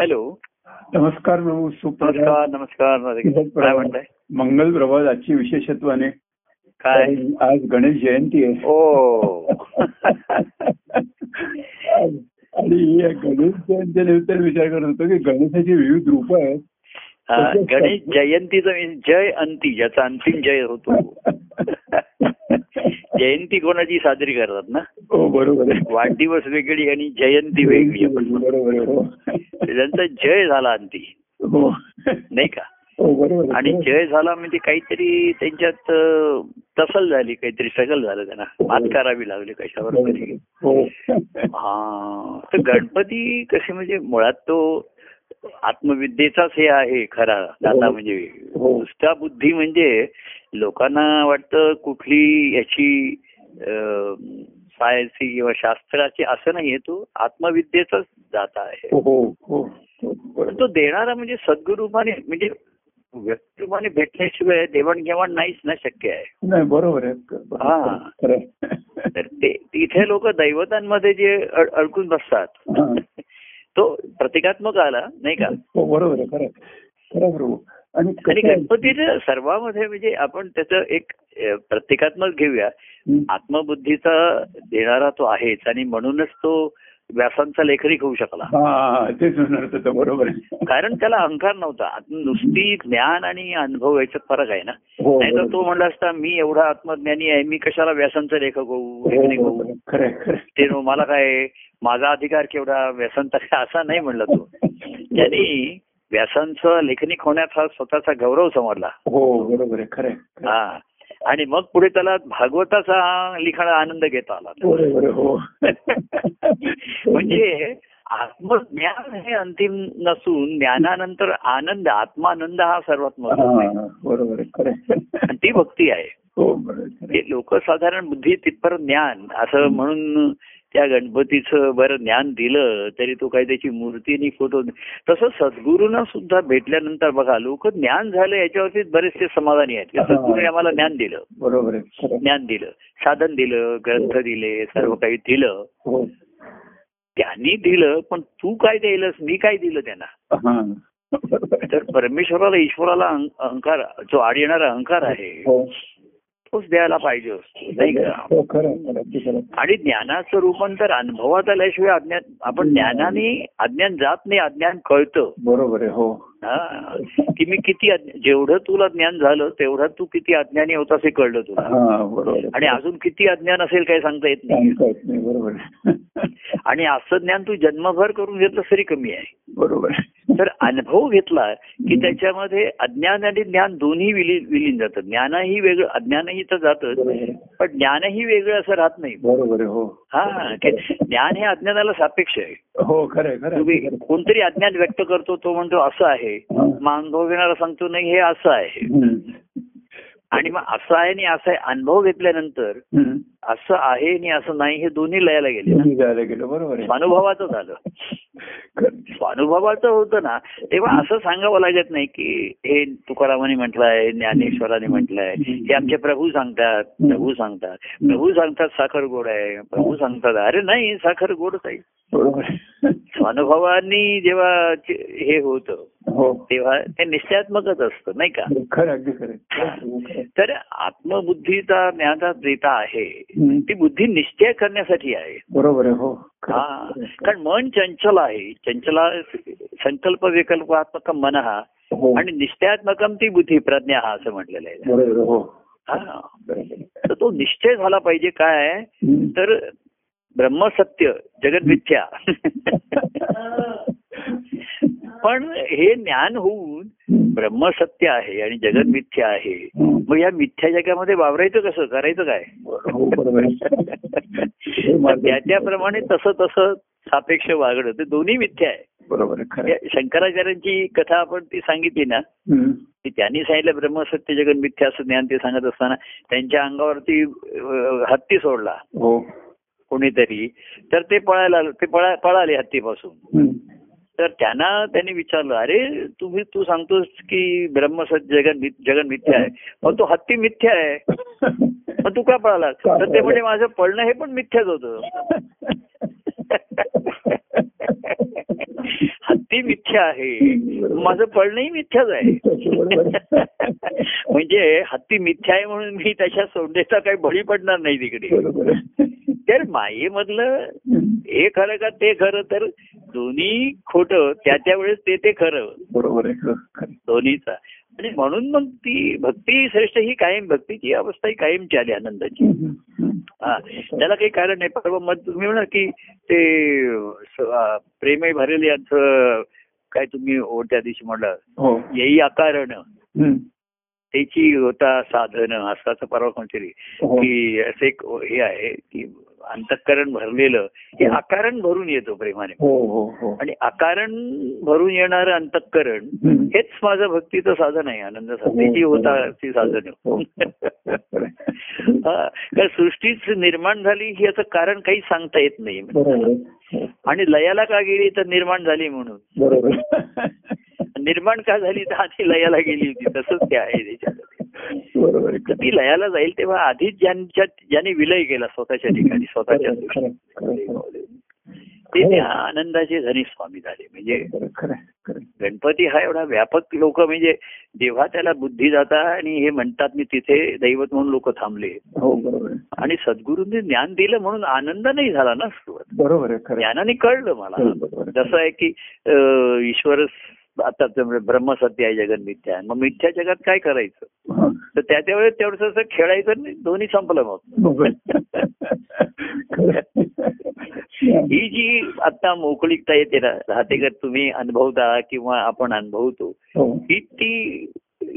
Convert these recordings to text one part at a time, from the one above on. Hello नमस्कार प्रभू सुप्रभात नमस्कार नमस्कार नमस्कार. काय म्हणताय मंगल प्रभात आजची विशेषत्वाने काय आज गणेश जयंती आहे ओ आणि या गणेश जयंती निमित्ताने विचार करत होतो की गणेशाची विविध रूप आहेत हा, गणेश जयंतीचं मी जय अंती ज्याचा अंतिम जय होतो जयंती कोणाची साजरी करतात ना हो बरोबर आहे वाढदिवस वेगळी आणि जयंती वेगळी आपण बरोबर आहे, त्यांचा जय झाला अंती हो हो नाही का हो बरोबर आहे. आणि जय झाला म्हणजे काहीतरी त्यांच्यात अ, तसल झाली काहीतरी स्ट्रगल झालं त्यांना मात करावी लागली कशावर बरोबर तरी आहे. हो हा तर गणपती कसे म्हणजे मुळात तो आत्मविद्येचाच हे आहे खरा दाता म्हणजे हो. नुसता बुद्धी म्हणजे लोकांना वाटतं कुठली याची सायन्सी किंवा शास्त्राची असं नाहीये तो आत्मविद्येचाच दाता आहे हो हो हो हो पण तो देणारा म्हणजे सद्गुरुपाने म्हणजे व्यक्तिरूपाने भेटल्याशिवाय देवाणघेवाण नाहीच ना शक्य आहे नाही बरोबर आहे हा. खरं आहे. तर ते तिथे लोक दैवतांमध्ये जे अड- अडकून बसतात हा. तो प्रतिकात्मक आला नाही का हो बरोबर आहे खरं आहे. खरं आहे प्रभू आणि आणि कसं आहे? गणपतीचं सर्वांमध्ये म्हणजे आपण त्याचं एक अ, प्रतिकात्मक घेऊया हं. आत्मबुद्धीचा देणारा तो आहेच आणि म्हणूनच तो व्यासांचा लेखनिक होऊ शकला हा, हा तेच म्हणणार होतं बरोबर आहे. कारण त्याला अहंकार नव्हता आत- नुसती ज्ञान आणि अनुभव याच्यात फरक आहे ना हो नाही तर बरोबर. तो म्हणला असता मी एवढा आत्मज्ञानी आहे मी कशाला व्यासांचा लेखक होऊ हो, लेखनिक होऊ बरोबर. खरं आहे, खरं आहे. ते मला काय माझा अधिकार केवढा व्यासांचा काय असा नाही म्हणला तो त्यांनी व्यासांचा लेखनिक होण्यात हा स्वतःचा गौरव समजला हो बरोबर आहे खरं आहे, खरं आहे. हा आणि मग पुढे त्याला भागवताचा लिखाणा आनंद घेता आला बरोबर आहे, हो म्हणजे आत्मज्ञान हे अंतिम नसून ज्ञानानंतर आनंद आत्मानंद हा सर्वात महत्वाचा आहे हा, बरोबर आहे खरं आहे. आणि ती भक्ती आहे हो बरोबर आहे, खरं आहे. ते लोक साधारण बुद्धी तिथपर ज्ञान असं म्हणून त्या गणपतीचं बरं ज्ञान दिलं तरी तो काही त्याची मूर्ती आणि फोटो तसं सद्गुरूंना सुद्धा भेटल्यानंतर बघा लोक ज्ञान झालं याच्यावरती बरेचसे समाधानी आहेत की सद्गुरूने आम्हाला ज्ञान दिलं बरोबर आहे खरं आहे. ज्ञान दिलं साधन दिलं ग्रंथ दिले सर्व काही दिलं हो त्यांनी दिलं पण तू काय दिलंस मी काय दिलं त्यांना हा बरोबर आहे. तर परमेश्वराला ईश्वराला अहं- अहंकार जो आड येणारा अहंकार आहे हो तोच द्यायला पाहिजे असतो, नाही का हो खरं आहे, खरं आहे, अगदी खरं आहे. आणि ज्ञानाचं रूपांतर अनुभवात आल्याशिवाय अज्ञान आपण ज्ञानाने अज्ञान जात नाही अज्ञान कळतं बरोबर आहे हो हा. की मी किती अज्ञ- जेवढं तुला ज्ञान झालं तेवढं तू किती अज्ञानी होतास हे कळलं तुला हा बरोबर आहे. आणि अजून किती अज्ञान असेल काही सांगता येत नाही सांगता येत नाही बरोबर आहे. आणि असं ज्ञान तू जन्मभर करून घेतलं तरी कमी आहे बरोबर आहे. तर अनुभव घेतला की त्याच्यामध्ये अज्ञान आणि ज्ञान दोन्ही विलीन विलीन जातं ज्ञानही वेगळं अज्ञानही तर जातच बरोबर आहे. पण ज्ञानही वेगळं असं राहत नाही बरोबर आहे हो हा की ज्ञान हे अज्ञानाला सापेक्ष आहे हो खरं आहे, खरं तुम्ही आहे, खरं आहे. कोणतरी अज्ञान व्यक्त करतो तो म्हणतो असं आहे हा. मग अनुभव घेणारा सांगतो नाही हे असं आहे हम्म. आणि मग असं आहे आणि असं आहे अनुभव घेतल्यानंतर हम्म. असं आहे आणि असं नाही हे दोन्ही लयाला गेले ना तुम्ही जायला गेलो बरोबर आहे स्वानुभवाचं झालं खरं. स्वानुभवाचं होतं ना तेव्हा असं सांगावं लागत नाही की हे तुकारामाने म्हटलंय ज्ञानेश्वराने म्हटलंय हे आमचे प्रभू सांगतात प्रभू सांगतात प्रभू सांगतात साखर गोड आहे प्रभू सांगतात अरे नाही साखर गोडच आहे बरोबर आहे. स्वानुभवानी जेव्हा चे- हे होतं हो तेव्हा ते निश्चयात्मकच असतं नाही का खरं अगदी खरं आहे. खरं आहे. तर आत्मबुद्धीचा ज्ञानाचा देता आहे हम्म. ती बुद्धी निश्चय करण्यासाठी आहे बरोबर आहे हो खरं हा आहे, खरं कारण मन चंचल आहे चंचला संकल्प विकल्पात्मक मन हा आहे. हो आणि निश्चयात्मकम ती बुद्धी प्रज्ञा हा असं म्हटलेलं आहे बरोबर आहे, हो हा बरोबर आहे. तर तो निश्चय झाला पाहिजे काय आहे? हम्म. तर ब्रह्मसत्य जगत मिथ्या पण हे ज्ञान होऊन हम्म. ब्रह्मसत्य आहे आणि जगत मिथ्या आहे मग या मिथ्या जगामध्ये वावरायचं कसं करायचं काय हो बरोबर आहे. हे तर मार्ग- त्या- त्याप्रमाणे तसं तसं सापेक्ष वागणं ते दोन्ही मिथ्या आहे बरोबर आहे खरं या आहे. शंकराचार्यांची कथा आपण ती सांगितली ना हम्म. की त्यांनी सांगितलं ब्रह्मसत्य जगन मिथ्या असं ज्ञान ते सांगत असताना त्यांच्या अंगावरती अं, हत्ती सोडला हो कोणीतरी तर ते पळायला ते पळा पळाले हत्तीपासून हम्म. तर त्यांना त्यांनी विचारलं अरे तुम्ही तू सांगतोस की ब्रह्मसत्य जगन मिथ- जगन मिथ्या आहे मग तो हत्ती मिथ्या आहे मग तू का पळाला तर ते म्हणजे माझं पळणं हे पण मिथ्याच होतं हत्ती मिथ्या आहे माझं पळणंही मिथ्याच आहे बरोबर आहे. म्हणजे हत्ती मिथ्या आहे म्हणून मी त्याच्या सोडण्याचा काही बळी पडणार नाही तिकडे बरोबर आहे. Hmm. तर मायेमधलं हे खरं का ते खरं तर दोन्ही खोटं त्या त्या वेळेस ते ते खरं बरोबर आहे खरं, खरं. दोन्हीचा आणि म्हणून मग ती भक्ती श्रेष्ठ ही कायम भक्तीची अवस्था ही कायमची आली आनंदाची हम्म, हम्म. हा त्याला काही कारण नाही परवा मग तुम्ही म्हणा की ते स- आ, प्रेमय भरेल यांचं काय तुम्ही ओ- त्या दिवशी म्हणलं हो Hmm. येई आकारण हम्म. त्याची होता साधन असं परवा कोणतरी हो. की असं एक हे आहे की अंतःकरण भरलेलं हे आकारण भरून येतो प्रेमाने हो हो हो आणि आकारण भरून येणारं अंतःकरण हम्म. हेच माझं भक्तीचं साधन आहे आनंद साधनेची होता ती साधन हो. खरं आहे. हा कारण सृष्टीच निर्माण झाली हे याचं कारण काही सांगता येत नाही बरोबर आहे. आणि लयाला का गेली तर निर्माण झाली म्हणून बरोबर निर्माण का झाली तर आधी लयाला गेली होती तसंच ते आहे त्याच्यात बरोबर आहे तर खरं. ती लयाला जाईल तेव्हा आधीच ज्यांच्या ज्याने विलय केला स्वतःच्या ठिकाणी स्वतःच्या खरं, खरं, खरं. ते त्या आनंदाचे धनी स्वामी झाले म्हणजे खरं, खरं आहे, खरं आहे. गणपती हा एवढा व्यापक लोक म्हणजे जेव्हा त्याला बुद्धी जाता आणि हे म्हणतात मी तिथे दैवत म्हणून लोक थांबले हो बरोबर आहे आणि सद्गुरूंनी ज्ञान दिलं म्हणून आनंद नाही झाला ना सुरुवात बरोबर आहे खरं आहे. ज्ञानाने कळलं मला बरोबर आहे. जसं आहे की अं, ईश्वर आता ते ब्रह्मसत्य आहे जगन मिथ्या मग मिथ्या जगात काय करायचं हा. तर त्या त्यावेळेस तेवढं असं खेळायचं आणि दोन्ही संपलं मग बरोबर आहे. खरं आहे. ही जी आता मोकळीकता येते ना राहते का तुम्ही अनुभवता किंवा आपण अनुभवतो हो ही ती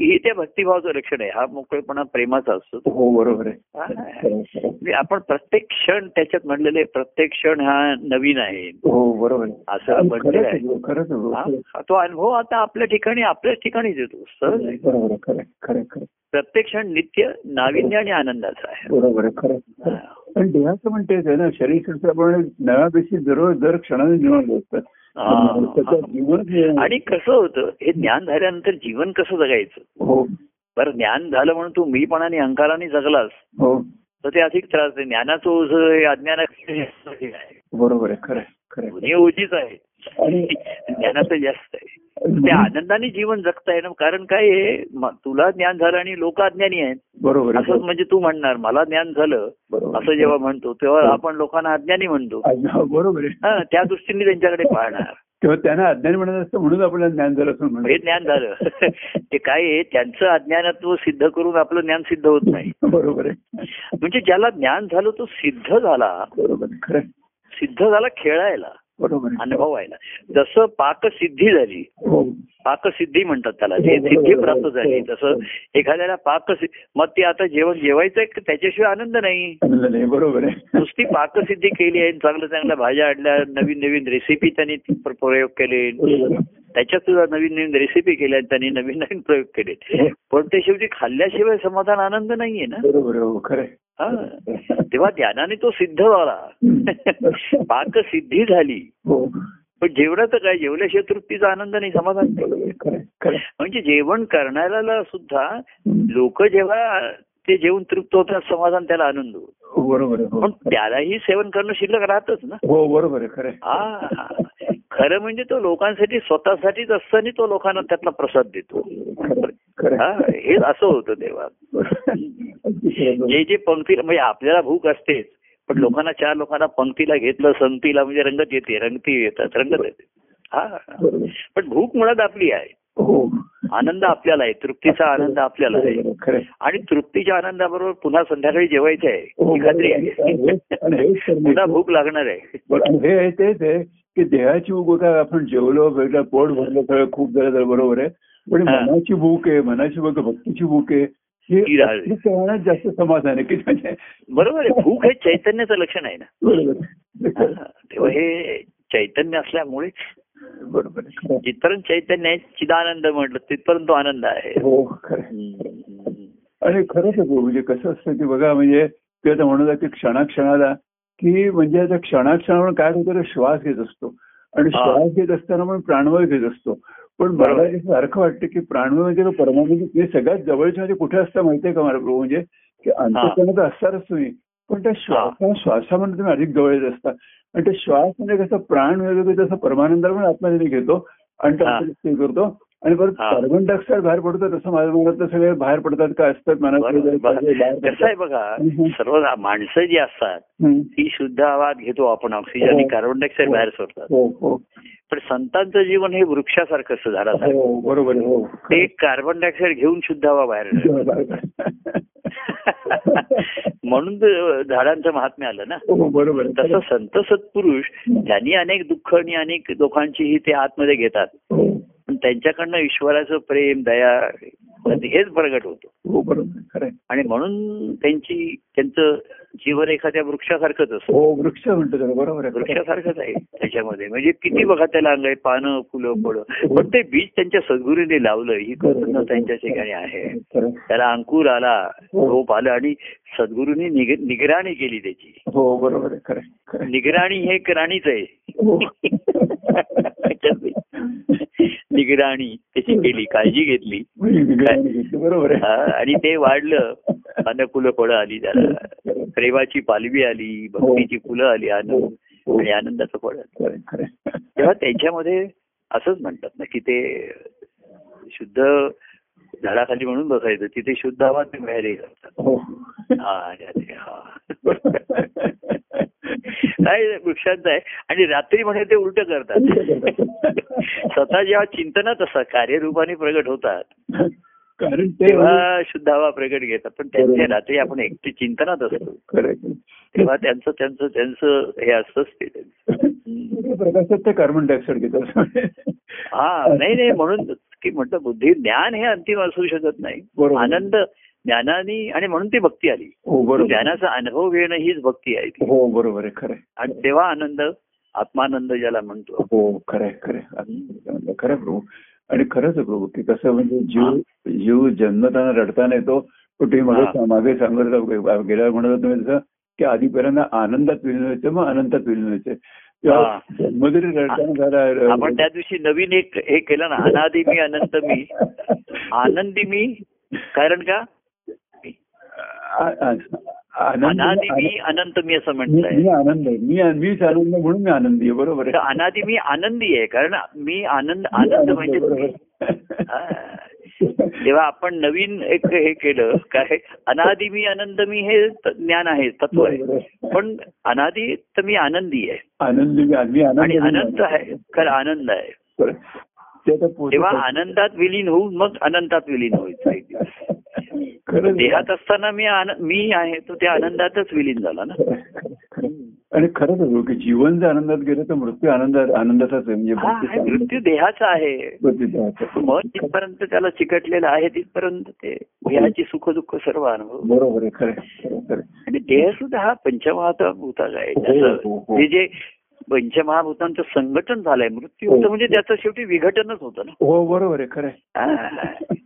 ही त्या भक्तिभावाचं लक्षण आहे हा मोकळेपणा प्रेमाचा असतो हो बरोबर आहे हा. खरं आहे, खरं आहे. म्हणजे आपण प्रत्येक क्षण त्याच्यात म्हणलेले प्रत्येक क्षण हा नवीन आहे हो बरोबर आहे असं आणि म्हणलेलं खरंच आहे. आहे, खरंच आहे, हा? खरंच आहे. तो अनुभव आता आपल्या ठिकाणी आपल्याच ठिकाणीच येतो सहज आहे. बरोबर आहे, खरं आहे, खरं आहे, खरं आहे. प्रत्येक क्षण नित्य नाविन्य आणि आनंदाचा आहे बरोबर आहे खरं आहे, खरं आहे. हा. पण देहाचं म्हणते ते ना शरीर शास्त्राप्रमाणे नव्यापेक्षा दररोज दर क्षणाने निर्माण होत हा. त्याचं जीवन हे आहे. आणि कसं होतं हे ज्ञान झाल्यानंतर जीवन कसं जगायचं हो बरं ज्ञान झालं म्हणून तू मीपणाने अहंकाराने जगलास हो तर ते अधिक त्रास आहे ज्ञानाचं ओझ हे अज्ञानापेक्षा जास्त आहे बरोबर आहे खरं आहे, खरं आहे. दोन्ही ओझीच आहे आणि ज्ञानाचं जास्त आहे त्या आनंदाने जीवन जगता येणं कारण काय आहे म- तुला ज्ञान झालं आणि लोक अज्ञानी आहेत बरोबर आहे, असं म्हणजे तू म्हणणार मला ज्ञान झालं बरोबर आहे. असं जेव्हा म्हणतो तेव्हा आपण लोकांना अज्ञानी म्हणतो अज्ञा- बरोबर आहे हा, त्या दृष्टीने त्यांच्याकडे पाहणार तेव्हा त्यांना अज्ञान म्हणत असतं म्हणून आपल्याला ज्ञान झालं असं हे म्हणतो म्हणजे ज्ञान झालं ते काय आहे त्यांचं अज्ञानत्व सिद्ध करून आपलं ज्ञान सिद्ध होत नाही बरोबर आहे म्हणजे ज्याला ज्ञान झालं तो सिद्ध झाला बरोबर आहे, खरं आहे. सिद्ध झाला खेळायला बरोबर आहे. अनुभवायला जसं पाकसिद्धी झाली हो पाकसिद्धी म्हणतात त्याला जे सिद्धी प्राप्त झाली तसं एखाद्याला पाक मग ते आता जेवण जेवायचं आहे, त्याच्याशिवाय आनंद नाही आनंद नाही, बरोबर आहे नुसती पाकसिद्धी केली आहे चांगल्या चांगल्या भाज्या आणल्या नवीन नवीन रेसिपी त्यांनी प्र- प्रयोग केले बरोबर आहे. त्याच्यात सुद्धा नवीन नवीन रेसिपी केल्या आणि त्यांनी नवीन नवीन प्रयोग केले पण ते शेवटी खाल्ल्याशिवाय समाधान आनंद नाहीये ना बरोबर आहे, हो खरं आहे. हा. तेव्हा ज्ञानाने तो सिद्ध झाला पाकसिद्धी झाली हो पण जेवणाचं काय जेवल्याशिवाय तृप्तीचा आनंद नाही समाधान नाही बरोबर आहे, खरं आहे, खरं आहे. म्हणजे जेवण करणाऱ्याला सुद्धा हम्म. लोक जेव्हा ते जेवण तृप्त होतात समाधान त्याला आनंद होतो बरोबर आहे, हो पण त्यालाही सेवन करणं शिल्लक राहतच ना हो बरोबर आहे खरं आहे. हा खरं म्हणजे तो लोकांसाठी स्वतःसाठीच असताना तो लोकांना त्यातला प्रसाद देतो खरं आहे, खरं हा आहे. हे असं होतं तेव्हा अगदी खरं आहे. जे जे पंक्तीला म्हणजे आपल्याला भूक असतेच पण लोकांना चार लोकांना पंक्तीला घेतलं संगतीला म्हणजे रंगत येते रंगती येतात रंगत येते हा बरोबर आहे. पण भूक मुळात आपली आहे हो आनंद आपल्याला आहे तृप्तीचा आनंद आपल्याला आहे बरोबर आहे, खरं आहे. आणि तृप्तीच्या आनंदाबरोबर पुन्हा संध्याकाळी जेवायचं आहे हो, ही खात्री बरोबर आहे. आहे आणि हेच करणं. पुन्हा भूक लागणार आहे बरं, आणि हे आहे तेच आहे की देहाची भूक काय आपण जेवलो भेटलं पोट भरलं सगळं खूप झालं तर बरोबर आहे पण हा. मनाची भूक आहे मनाची भूक आहे, भक्तीची भूक आहे ती हे राहावी. भक्ती करण्यात जास्त समाधान आहे की त्याचे- बरोबर आहे भूक हे चैतन्याचं लक्षण आहे ना बरोबर आहे. हा, तेव्हा हे चैतन्य असल्यामुळे बरोबर आहे, खरं आहे. जिथपर्यंत चैतन्य आहे चिदानंद म्हटलं तिथपर्यंत तो आनंद आहे हो खरं आहे. हम्म. आणि खरंच आहे भाऊ, म्हणजे कसं असतं की बघा म्हणजे ते आता म्हणत की क्षणाक्षणाला की म्हणजे आता क्षणाक्षणावर काय होतं तर श्वास घेत असतो आणि हा. श्वास घेत असताना पण प्राणवायू घेत असतो पण बरोबर. मला हे सारखं वाटतं की प्राणवायू म्हणजे तो परमात्मा म्हणजे सगळ्यात जवळच्या म्हणजे कुठे असतं माहितीये का मला प्रभू म्हणजे की अंतकरणात असणारच तुम्ही पण त्या श्वासा श्वासामध्ये तुम्ही अधिक जवळ येत असता आणि ते श्वास म्हणजे कसं प्राण वगैरे तसं परमानंद पण आतमध्ये मी घेतो आणि तो हा. आतमध्ये ते करतो आणि परत हा. कार्बन डायऑक्साईड बाहेर पडतो तसं माझ्या मनात सगळे बाहेर पडतात काय असतात मनात बरोबर, वगैरे बरोबर. सगळे बाहेर कसं आहे पडतात. बघा हम्म. सर्व माणसं जी असतात हम्म. ती शुद्ध आवाज घेतो आपण ऑक्सिजन आणि कार्बन डायऑक्साईड बाहेर सोडतात हो हो पण संतांचं जीवन हे वृक्षासारखं असतं झाडासारखं हो बरोबर आहे, हो ते कार्बन डायऑक्साईड घेऊन शुद्ध हवा बाहेर येते. म्हणून ते झाडांचं महात्म्य आलं ना हो बरोबर आहे. तसं संत सत्पुरुष हो. ज्यांनी अनेक दुःख आणि अनेक लोकांचीही ते आतमध्ये घेतात हो पण त्यांच्याकडनं ईश्वराचं प्रेम दया हेच प्रगट होतं हो बरोबर आहे, खरं आहे. आणि म्हणून त्यांची त्यांचं जीवन एखाद्या वृक्षासारखंच असतं हो वृक्ष म्हणतो त्याला बरोबर आहे खरं आहे. वृक्षासारखंच आहे त्याच्यामध्ये म्हणजे किती बघा त्याला अंग आहे पानं फुलं फळं पण ते बीज त्यांच्या सद्गुरूने लावलं ही कृतज्ञता त्यांच्या ठिकाणी आहे खरं आहे. त्याला अंकुर आला रोप आलं आणि सद्गुरूंनी निग- निगराणी केली त्याची हो बरोबर आहे खरं आहे, खरं आहे. निगराणी हे कराणीच आहे हो. निगराणी त्याची केली काळजी घेतली मी निगराणी घेतली, बरोबर हा, आहे आणि ते वाढलं पानं फुलं फळं आली त्याला खरं आहे, प्रेमाची पालवी आली भक्तीची फुलं आली हो, आनंद हो. आणि आनंदाचं फळ आलं खरं आहे, खरं आहे. तेव्हा त्यांच्यामध्ये असंच म्हणतात ना की ते शुद्ध झाडाखाली म्हणून बसायचं तिथे शुद्ध हवा ते बाहेर येतात हो हा, अरे, हा. बरोबर. काय वृक्षांत आहे आणि रात्री म्हणे ते उलट करतात स्वतः जेव्हा चिंतनात असतात कार्यरूपाने प्रगट होतात कारण ते तेव्हा शुद्ध हवा प्रगट घेतात पण त्यांच्या रात्री आपण एकटे चिंतनात असतो खरं आहे. तेव्हा त्यांचं त्यांचं त्यांचं हे असतंच ते त्यांचं. सूर्य प्रकाशात ते कार्बन डायऑक्साईड घेतो हा नाही नाही म्हणून की म्हटलं बुद्धी ज्ञान हे अंतिम असू शकत नाही बरोबर. आनंद ज्ञानानी आणि म्हणून ती भक्ती आली हो बरोबर ज्ञानाचा अनुभव घेणं हीच भक्ती आहे ती हो बरोबर आहे खरं आहे. आणि तेव्हा आनंद आत्मानंद ज्याला म्हणतो हो खरं आहे, खरं आहे. अगदी म्हणलं, खरं आहे प्रभू आणि खरंच आहे प्रभू की कसं म्हणजे जीव जीव जन्मताना रडताना येतो पण तुम्ही मागे हा. मागे सांगत होता, गेल्यावर म्हणत होता तुम्ही तसं की आधी पहिल्यांदा आनंदात विलीन व्हायचं मग अनंतात विलीन व्हायचे तेव्हा हा. जन्म जरी रडताना झाला आपण त्या दिवशी नवीन एक हे केलं ना अनादि मी अनंत मी आनंदी मी कारण का आ- आ- आनंद अनादि मी अनंत मी असं मी म्हटलंय मी आनंद आहे मी मीच आनंद म्हणून मी आनंदी आहे बरोबर तर आहे अनादि मी आनंदी आहे कारण मी आनंद आनंद म्हणजे तुम्ही. हा. तेव्हा आपण नवीन एक हे केलं काय अनादि मी अनंत मी हे त- ज्ञान आहे तत्व आहे पण अनादि तर मी आनंदी आहे आनंदी मी मी आनंद हो, आणि म्हणून अनंत आहे खरं आनंद आहे बरोबर. ते आता पोहोचत तेव्हा आहे. आनंदात विलीन होऊन मग अनंतात विलीन व्हायचं एक दिवस. खरंच देहात असताना मी आन- मी आहे तो त्या आनंदातच विलीन झाला ना खरं, खरं, खरं. आणि खरंच आहे की जीवन जर आनंदात गेलं तर मृत्यू आनंदात आनंदाचाच आहे म्हणजे हा मृत्यूचा हा, मृत्यू देहाचा आहे आनंद- मृत्यूचा आहे. मन तिथपर्यंत त्याला चिकटलेलं आहे तिथपर्यंत ते देहाची सुख दुःख सर्व अनुभव बरोबर आहे खरं आहे, खरं आहे, खरं आहे. आणि देह सुद्धा हा पंचमहाभूताचा आहे हो, हो, त्याचं हो. हे जे पंचमहाभूतांचं संघटन झालंय मृत्यू होतं म्हणजे त्याचं शेवटी विघटनच होतं ना हो बरोबर आहे खरं आहे. हा.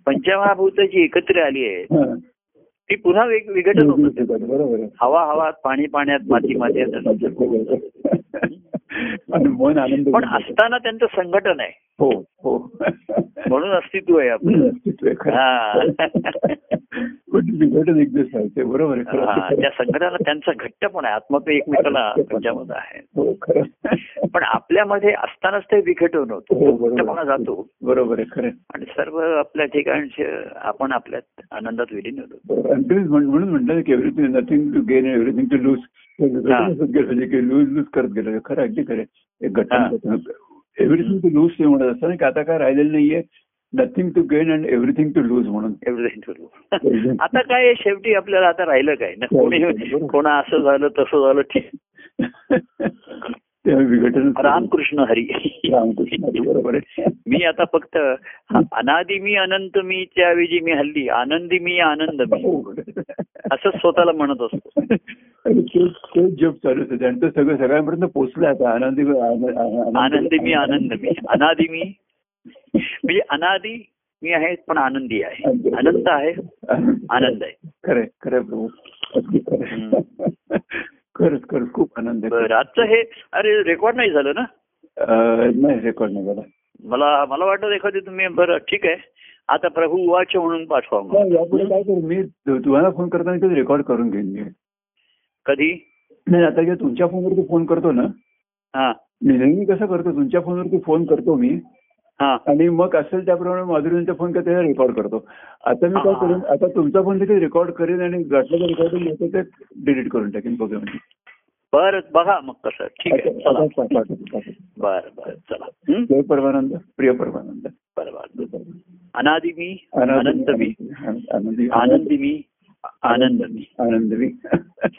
पंचमहाभूत जी एकत्र आली आहे हा. ती पुन्हा वेग- विघटन होतं त्याचं. बरोबर आहे हवा हवात पाणी पाण्यात माती माती आणि मन आनंद पण असताना त्यांचं संघटन आहे हो हो म्हणून अस्तित्व आहे आपलं अस्तित्व आहे खरं. हा. पण विघटन एक दिवस आहे ते बरोबर आहे खरं हा, आहे. त्या संघटनाला त्यांचा घट्ट पण आहे आत्मत्व एकमेकाला त्यांच्यामध्ये आहे हो खरं पण आपल्यामध्ये असतानाच ते विघटन हो, होतो बरोबर. घट्टपणा जातो बरोबर आहे खरं आहे. आणि सर्व आपल्या ठिकाणचे आपण आपल्या आनंदात विलीन होतो बरोबर. आणि तुम्ही म्हण- म्हणून म्हटलं की everything nothing to gain everything to lose हा. लूज लूज करत गेलं खरं अगदी खरं आहे. एक घटना एव्हरीथिंग टू लूज ते म्हणत असताना की आता काय राहिलेलं नाहीये nothing to gain and everything to lose म्हणून एवढं ठरवू. आता काय आहे, शेवटी आपल्याला आता राहिलं काय ना कोणी कोणा असं झालं तसं झालं ठीक तेव्हा विघटन रामकृष्ण हरी रामकृष्ण हरी, बरोबर आहे मी आता फक्त अनादि मी अनंत मी त्याऐवजी मी हल्ली आनंदी मी आनंद मी असं स्वतःला म्हणत असतो आणि तेच तेच जप चालू होते त्यांचं सगळं सगळ्यांपर्यंत पोहोचलं आता आनंदी आन- आन- आनंदी मी आनंद मी अनादि मी म्हणजे अनादि मी आहे पण आनंदी आहे अनंत आहे आनंद आहे खरंय खरंय प्रभू अगदी खरंय. खरंच खरंच खूप आनंद आहे. बरं, आजचं हे अरे रेकॉर्ड नाही झालं ना अं, नाही रेकॉर्ड नाही झाला मला मला वाटलं एखादी तुम्ही बरं ठीक आहे आता प्रभू वाच म्हणून पाठवा मग. नाही, यापुढे काय करू मी तु- तुम्हाला फोन करताना कधी रेकॉर्ड करून घेईन मी कधी नाही आता जे तुमच्या फोनवर तू फोन करतो ना हा मी नेहमी कसं करतो तुमच्या फोनवर तू फोन करतो मी हा आणि मग असेल त्याप्रमाणे माधुरींचा फोन का त्याला रेकॉर्ड करतो आता मी काय हा. करेन आता तुमचा फोन देखील रेकॉर्ड करेन आणि घातलं तर रेकॉर्डिंग होतं ते डिलीट करून टाकेन बघा म्हणजे बर बघा मग कसं ठीक आहे आता- चला आता पाठवा, पाठवा, पाठवा. बर बर चला हं? जय परमानंद प्रिय परमानंद बर बर अनादि मी आनंद अनंत मी आनंदी- आनंदी आनंदी मी आनंद मी आनंद मी